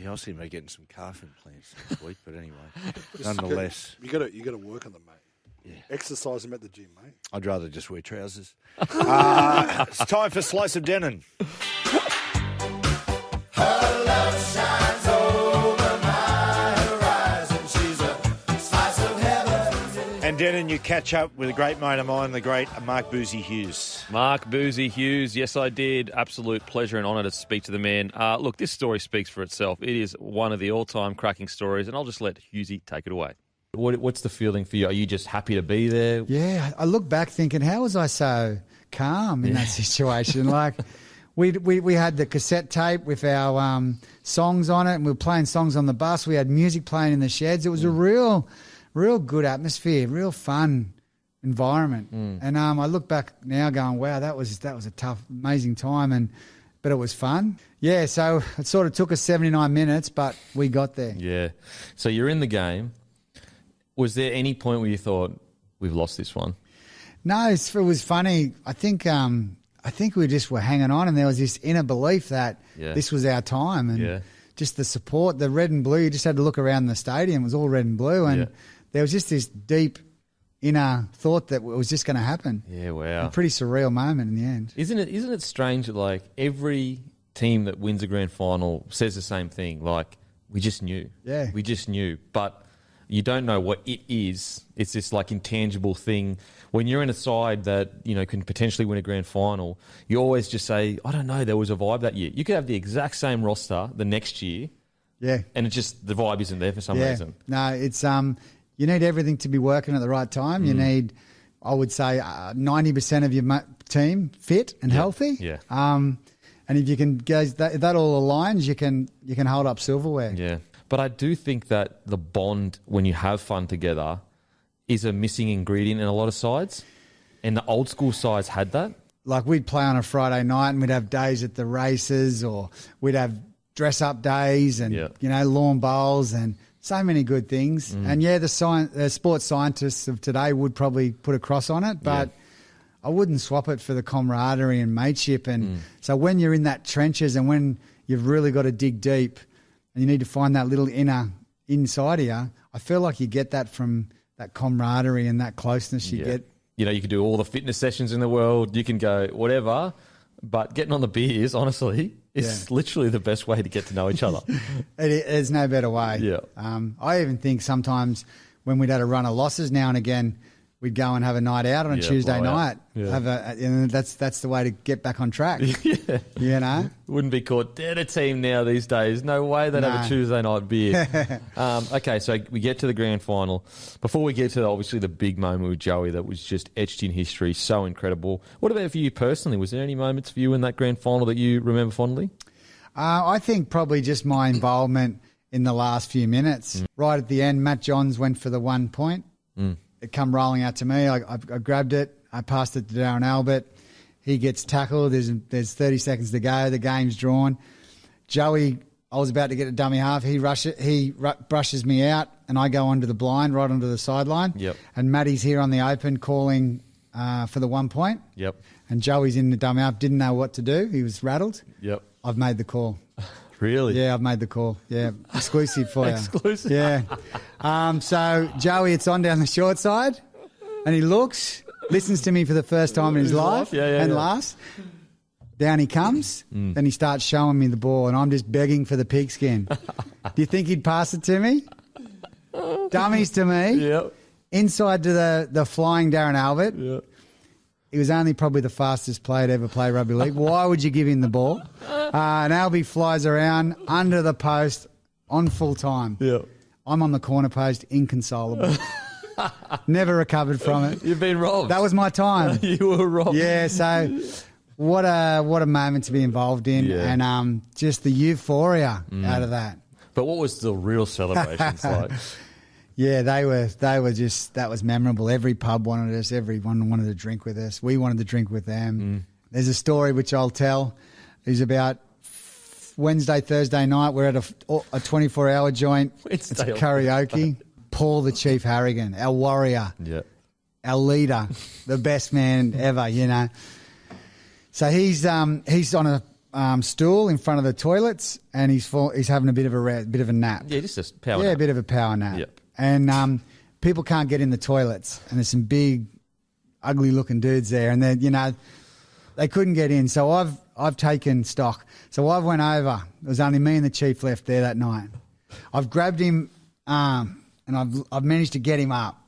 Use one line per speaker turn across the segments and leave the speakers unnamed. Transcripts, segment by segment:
Yeah, I seem to be getting some calf implants next week, but anyway, nonetheless,
You got to you got to work on them, mate. Exercise them at the gym, mate.
I'd rather just wear trousers. Uh, it's time for slice of Denon. And Denon, you catch up with a great mate of mine, the great Mark Boozy Hughes.
Mark Boozy Hughes, yes, I did. Absolute pleasure and honour to speak to the man. Uh, look, this story speaks for itself. It is one of the all time cracking stories, and I'll just let Hughesy take it away.
What, what's the feeling for you? Are you just happy to be there?
Yeah, I look back thinking, how was I so calm in that situation? like, we, we we had the cassette tape with our um, songs on it, and we were playing songs on the bus. We had music playing in the sheds. It was a real, real good atmosphere, real fun environment. And um, I look back now, going, wow, that was that was a tough, amazing time, and but it was fun. Yeah, so it sort of took us seventy nine minutes, but we got there.
Yeah. So you're in the game. Was there any point where you thought we've lost this one?
No, it's, it was funny. I think um, I think we just were hanging on, and there was this inner belief that
Yeah.
this was our time, and
Yeah.
just the support, the red and blue. You just had to look around the stadium; it was all red and blue, and
Yeah.
there was just this deep inner thought that it was just going to happen.
Yeah. Wow.
A pretty surreal moment in the end.
Isn't it? Isn't it strange that like every team that wins a grand final says the same thing? Like we just knew.
Yeah.
We just knew, but you don't know what it is. It's this like intangible thing. When you're in a side that you know can potentially win a grand final, you always just say, "I don't know." There was a vibe that year. You could have the exact same roster the next year,
Yeah,
and it just the vibe isn't there for some
yeah.
reason.
No, it's um, you need everything to be working at the right time.
Mm.
You need, I would say, uh, ninety percent of your mu- team fit and healthy.
Yeah.
Um, and if you can guys that, if that all aligns, you can you can hold up silverware.
Yeah. But I do think that the bond when you have fun together is a missing ingredient in a lot of sides. And the old school sides had that.
Like we'd play on a Friday night and we'd have days at the races, or we'd have dress up days and
Yeah.
you know lawn bowls and so many good things. And yeah, the science, the sports scientists of today would probably put a cross on it, but. I wouldn't swap it for the camaraderie and mateship. And so when you're in that trenches and when you've really got to dig deep and you need to find that little inner inside here, I feel like you get that from that camaraderie and that closeness you get.
You know, you could do all the fitness sessions in the world, you can go whatever, but getting on the beers, honestly, is literally the best way to get to know each other.
It, it- there's no better way.
Yeah.
Um, I even think sometimes when we'd had a run of losses now and again, we'd go and have a night out on a
Yeah,
Tuesday
blow out.
night.
Yeah.
Have a, and that's, that's the way to get back on track. You know?
Wouldn't be caught dead a team now these days. No way they'd have
Nah.
a Tuesday night beer. um, okay, so we get to the grand final. Before we get to obviously the big moment with Joey that was just etched in history, so incredible. What about for you personally? Was there any moments for you in that grand final that you remember fondly?
Uh, I think probably just my involvement in the last few
Mm.
minutes. Right at the end, Matt Johns went for the one point. It come rolling out to me. I, I, I grabbed it. I passed it to Darren Albert. He gets tackled. There's there's 30 seconds to go. The game's drawn. Joey, I was about to get a dummy half. He rush He ru- brushes me out, and I go onto the blind, right onto the sideline.
Yep.
And Matty's here on the open, calling uh, for the one point.
Yep.
And Joey's in the dummy half. Didn't know what to do. He was rattled.
Yep.
I've made the call.
Really?
Yeah, I've made the call. Yeah, exclusive for you.
Exclusive.
Yeah. Um, so Joey, it's on down the short side, and he looks, listens to me for the first time in his life,
Yeah, yeah,
and
yeah. Mm.
laughs. Down he comes. Then he starts showing me the ball, and I'm just begging for the pigskin. Do you think he'd pass it to me? Dummies to me.
Yep.
Inside to the the flying Darren Albert. He was only probably the fastest player to ever play rugby league. Why would you give him the ball? Uh, and Albie flies around under the post on full time.
Yeah.
I'm on the corner post, inconsolable. Never recovered from it.
You've been robbed.
That was my time.
you were robbed.
Yeah, so what a what a moment to be involved in,
Yeah. Mm.
and um, just the euphoria out of that.
But what was the real celebrations like?
Yeah, they were they were just that was memorable. Every pub wanted us. Everyone wanted to drink with us. We wanted to drink with them. There's a story which I'll tell. Is about Wednesday, Thursday night. We're at a, a 24 hour joint. it's a
Wednesday.
karaoke. Paul the Chief Harrigan, our warrior,
Yeah.
our leader, the best man ever. You know. So he's um, he's on a um, stool in front of the toilets, and he's fall, he's having a bit of a re- bit of a nap.
Yeah, just a power.
Yeah,
nap.
a bit of a power nap.
Yep.
And um, people can't get in the toilets, and there's some big, ugly looking dudes there, and they you know, they couldn't get in. So I've I've taken stock. So I've went over. It was only me and the chief left there that night. I've grabbed him, um, and I've I've managed to get him up.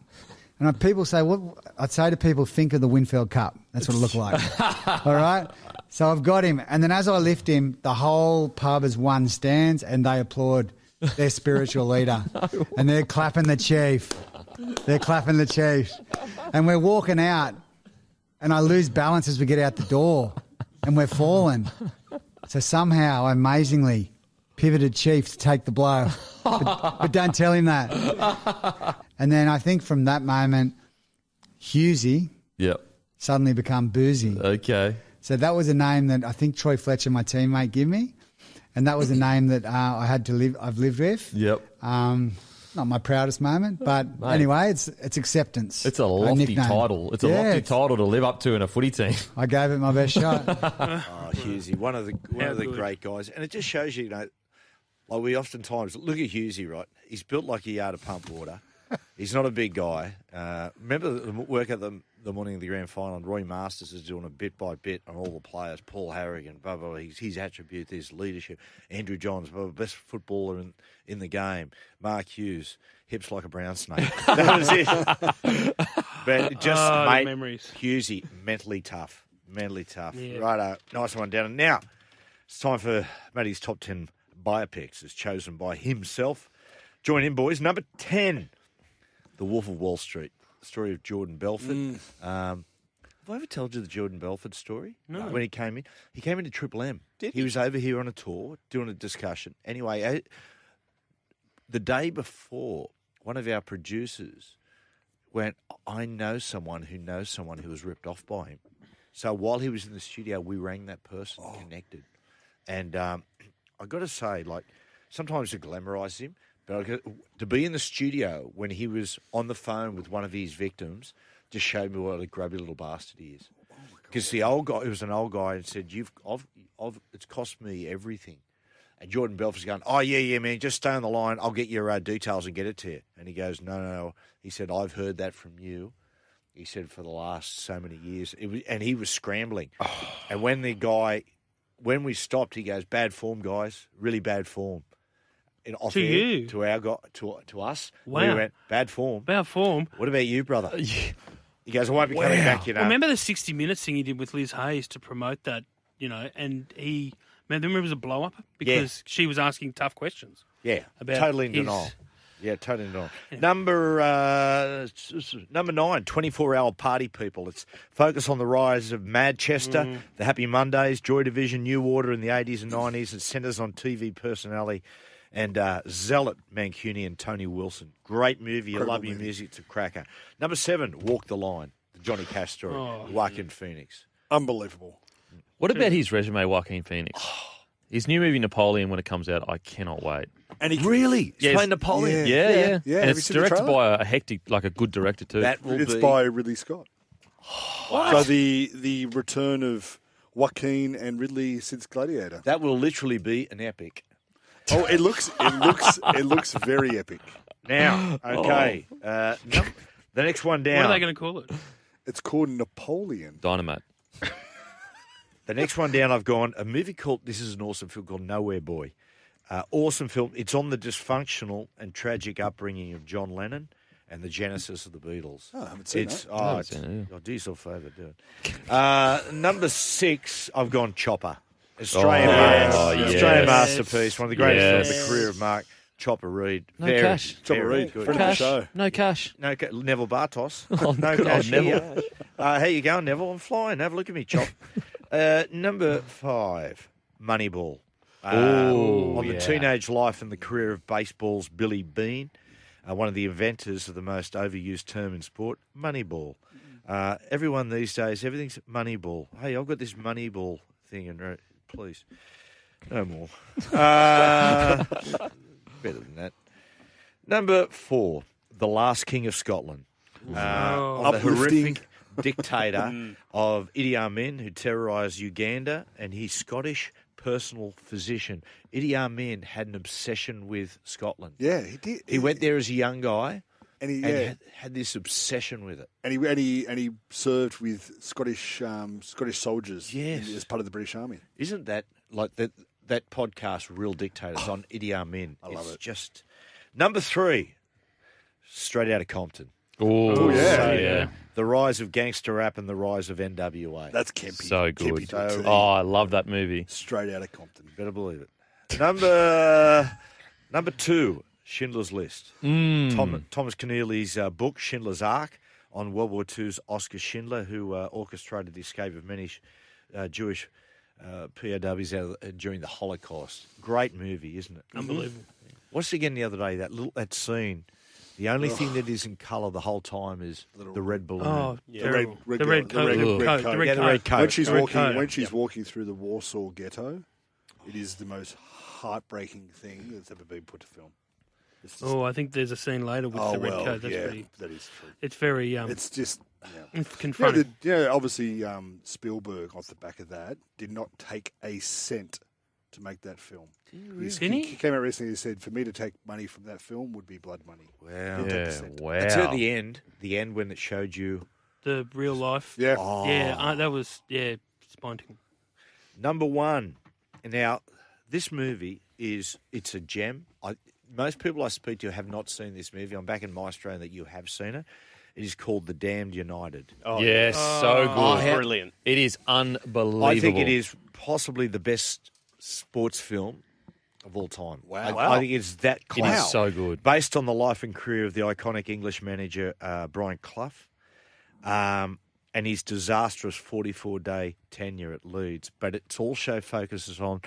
And I, people say, "What?" I'd say to people, "Think of the Winfield Cup." That's what it looked like. All right. So I've got him, and then as I lift him, the whole pub as one stands, and they applaud their spiritual leader, and they're clapping the chief. They're clapping the chief, and we're walking out, and I lose balance as we get out the door, and we're falling. So somehow, amazingly, pivoted chief to take the blow, but, but don't tell him that. And then I think from that moment, Husey
Yep.
suddenly become Boozy.
Okay.
So that was a name that I think Troy Fletcher, my teammate, gave me, and that was a name that uh, I had to live. I've lived with.
Yep.
Um, not my proudest moment, but
Mate.
anyway, it's it's acceptance.
It's a lofty
nickname.
title. It's a
Yeah,
lofty
it's-
title to live up to in a footy team.
I gave it my best shot.
Oh, Husey, one of the one
How
of the
good.
great guys, and it just shows you, you know, like we oftentimes look at Husey, right? He's built like a yard of pump water. He's not a big guy. Uh, remember the the work at the the morning of the grand final, and Roy Masters is doing a bit by bit on all the players. Paul Harrigan, blah blah. blah. His, his attribute is leadership. Andrew Johns, blah, blah, best footballer in in the game. Mark Hughes, hips like a brown snake. that was it. But just
Ah, the
mate,
memories.
Husey, mentally tough, mentally tough.
Yeah.
Righto, nice one down. And now it's time for Matty's top ten biopics, as chosen by himself. Join in, boys. Number ten, The Wolf of Wall Street, the story of Jordan Belfort. Um, have I ever told you the Jordan Belfort story? No. When he came in, he came into Triple M. Did he was over here on a tour doing a discussion. Anyway, I- the day before, one of our producers went, I know someone who knows someone who was ripped off by him. So while he was in the studio, we rang that person, connected. And um, I got to say, like, sometimes it glamorizes him, but I got, to be in the studio when he was on the phone with one of his victims just showed me what a grubby little bastard he is. Because the old guy, it was an old guy, and said, "You've, I've, I've, it's cost me everything." And Jordan Belfort's going, "Oh yeah, yeah, man, just stay on the line. I'll get your uh, details and get it to you." And he goes, "No, no, no." He said, "I've heard that from you." He said, "For the last so many years," it was, and he was scrambling.
Oh.
and when the guy, when we stopped, he goes, "Bad form, guys, really bad form." And off
To
air,
you?
to our guy, to to us, we
Wow.
went bad form.
About form.
What about you, brother? He goes, I won't be coming back, you know.
Remember the 60 Minutes thing he did with Liz Hayes to promote that, you know, and he. Remember it was a blow up because she was asking tough questions.
yeah,
about
totally in
his-
denial. Yeah, totally in denial. Number uh, s- s- number nine, 24-hour party people. It's focus on the rise of Manchester, the Happy Mondays, Joy Division, New Order in the 80s and 90s, and centres on TV personality and uh, zealot Mancunian Tony Wilson. Great movie. I love your music. It's a cracker. Number seven, Walk the Line, the Johnny Cash story, Joaquin Phoenix.
Unbelievable.
What about his resume, Joaquin Phoenix? His new movie Napoleon, when it comes out, I cannot wait.
And he
Really? He's
Yes.
playing Napoleon?
Yeah, yeah,
Yeah, yeah.
And
Have you
it's
seen the
directed
trailer?
by a, a hectic, like a good director too.
That will
It's
be...
by Ridley Scott. So the the return of Joaquin and Ridley since Gladiator.
That will literally be an epic.
Oh, it looks it looks it looks very epic.
Now, okay. Uh, num- the next one down.
What are they going to call it?
It's called Napoleon.
Dynamite.
The next one down, I've gone a movie called. This is an awesome film called Nowhere Boy. Uh, awesome film. It's on the dysfunctional and tragic upbringing of John Lennon and the genesis of the Beatles.
I haven't seen
it's,
that.
Oh, it's, oh, do yourself a favour, do it. Uh, number six, I've gone Chopper. Australian,
Oh,
mas-
yes.
Australian masterpiece, one of the greatest
Yes.
films in the career of Mark Chopper Reed.
No
very,
cash.
Chopper
very
Reed,
good.
friend of the show.
No cash.
No, ca- Neville Bartos.
Oh,
no
good
cash
old
Neville. Here. Uh, how you going, Neville? I'm flying. Have a look at me, chop. uh, number five, Moneyball. um,
Ooh,
on the
yeah.
teenage life and the career of baseball's Billy Bean, uh, one of the inventors of the most overused term in sport, Moneyball.
Mm-hmm.
Uh, everyone these days, everything's Moneyball. Hey, I've got this Moneyball thing, and re- please, no more. Uh, better than that. Number four, the last king of Scotland. Uh,
Oh.
of the
Uplifting.
horrific dictator of Idi Amin, who terrorised Uganda, and his Scottish personal physician. Idi Amin had an obsession with Scotland.
Yeah, he did.
He went there as a young guy
and he,
and
yeah,
had, had this obsession with it.
and he and he and he served with Scottish um, Scottish soldiers. in-
Yes.
as part of the British Army.
Isn't that like that? That podcast, Real Dictators, on Idi Amin. I
love
it's
it.
Just number three, straight out of Compton.
Oh,
yeah.
So,
Yeah.
yeah.
The rise of gangster rap and the rise of NWA.
That's Kempy.
So
Kempy
good.
to a T.
Oh, I love that movie.
straight out of Compton.
Better believe it. Number number two, Schindler's List.
Mm.
Tom, Thomas Keneally's uh, book, Schindler's Ark, on World War II's Oscar Schindler, who uh, orchestrated the escape of many sh- uh, Jewish uh, POWs out of, uh, during the Holocaust. Great movie, isn't it? Mm-hmm.
Unbelievable.
Watched it again the other day. That little that scene. The only thing that is in colour the whole time is the red balloon.
Oh,
The
terrible.
red- red
The red
coat,
coat.
the red coat.
The
yeah,
red
the red
coat.
coat.
When she's
The red
walking,
coat.
when she's walking through the Warsaw Ghetto, it is the most heartbreaking thing that's ever been put to film. It's just-
Oh, I think there's a scene later with
oh,
the red
well,
coat. That's
yeah,
pretty.
that is true.
It's very um. It's,
It's just yeah. Yeah,
confronting.
the, yeah obviously um, Spielberg off the back of that did not take a cent to make that film. He's-
Didn't
he,
he?
he came out recently and said, "For me to take money from that film would be blood money."
wow.
Didn't take a
Yeah,
cent.
wow.
Until the end, the end when it showed you
the real life.
Yeah,
Yeah, uh, that was yeah, spine tickle.
Number one. Now, this movie is it's a gem. I, most people I speak to have not seen this movie. I'm back in Maestro that you have seen it. It is called The Damned United.
Oh,
Yes, so good.
Oh, brilliant.
It is unbelievable.
I think it is possibly the best sports film of all time. Wow. I, I think it's that
It
close.
is so good.
Based on the life and career of the iconic English manager uh, Brian Clough um, and his disastrous 44 day tenure at Leeds, but it also focuses on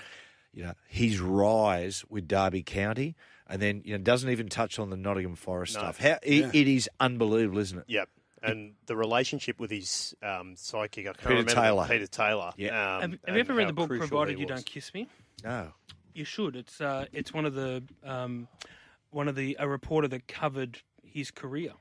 you know his rise with Derby County and then you know doesn't even touch on the Nottingham Forest stuff. How, it, it is unbelievable, isn't it?
Yep. And the relationship with his um, psychic, I can't
Peter
remember.
Taylor.
Peter Taylor.
Yeah.
Um,
Have, have
and
you ever read
how
the book
crucial
"Provided
he
You
was.
Don't Kiss Me"?
No.
You should. It's uh, it's one of the um, one of the a reporter that covered his career.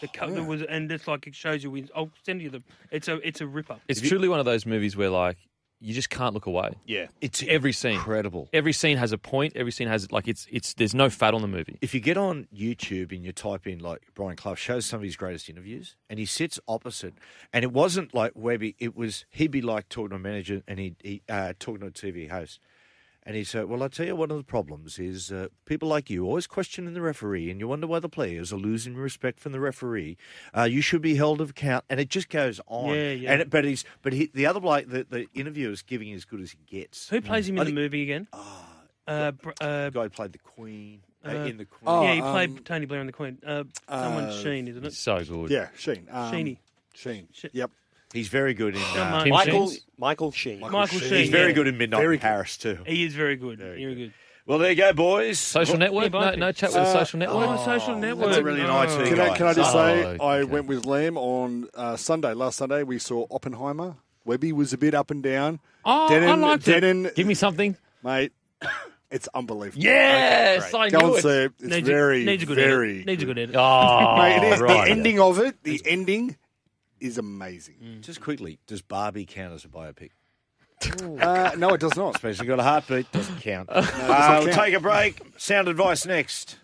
The cover was, and it's like it shows you. I'll send you the. It's a it's a rip up.
It's truly one of those movies where like you just can't look away.
Yeah.
It's
Every scene,
incredible.
every scene has a point. Every scene has like it's it's. There's no fat on the movie.
if you get on YouTube and you type in like Brian Clough shows some of his greatest interviews, and he sits opposite, and it wasn't like Webby, it was he'd be like talking to a manager and he'd he, uh, talking to a TV host, and he'd say, "Well, I tell you, one of the problems is uh, people like you always questioning the referee, and you wonder why the players are losing respect from the referee. Uh, you should be held of account." And it just goes on.
Yeah, yeah.
And it, but he's but he, the other bloke, the, the interviewer is giving as good as he gets.
Who plays him in
I
the
think-
movie again? uh, br- uh,
The guy who played the Queen uh,
Uh,
in the Queen.
oh,
yeah, he
um,
played Tony Blair in the Queen. Uh, someone
uh,
Sheen, isn't
It's
it?
so good.
yeah, Sheen, um,
Sheeny.
Sheen,
She-
yep.
He's very good in.
Don't
Uh,
mind.
Tim
Michael,
Sheens?
Michael Sheen.
Michael Sheen.
He's very
yeah.
good in Midnight in Paris too.
He is very good. Very good.
Well, there you go, boys.
Social network?
yeah,
No, no chat with the social network.
Oh, social network.
That's really an
Oh.
IT
Can
guy.
I, can I just say
Oh,
I
okay.
went with Lamb on uh, Sunday. Last Sunday we saw Oppenheimer. Webby was a bit up and down.
Oh, I
Denon,
liked it.
Denon,
Give me something.
mate. It's unbelievable.
Yes, I
Go
knew
and
it.
see it. It's
Needs a-
very,
needs a good
very.
edit. Needs a good edit.
Oh,
Mate, it is-
right.
The ending of it, the ending is amazing.
Mm.
Just quickly, does Barbie count as a biopic?
Uh, no, it does not.
Especially got a heartbeat, doesn't count. uh, we'll
count.
take a break. Sound advice next.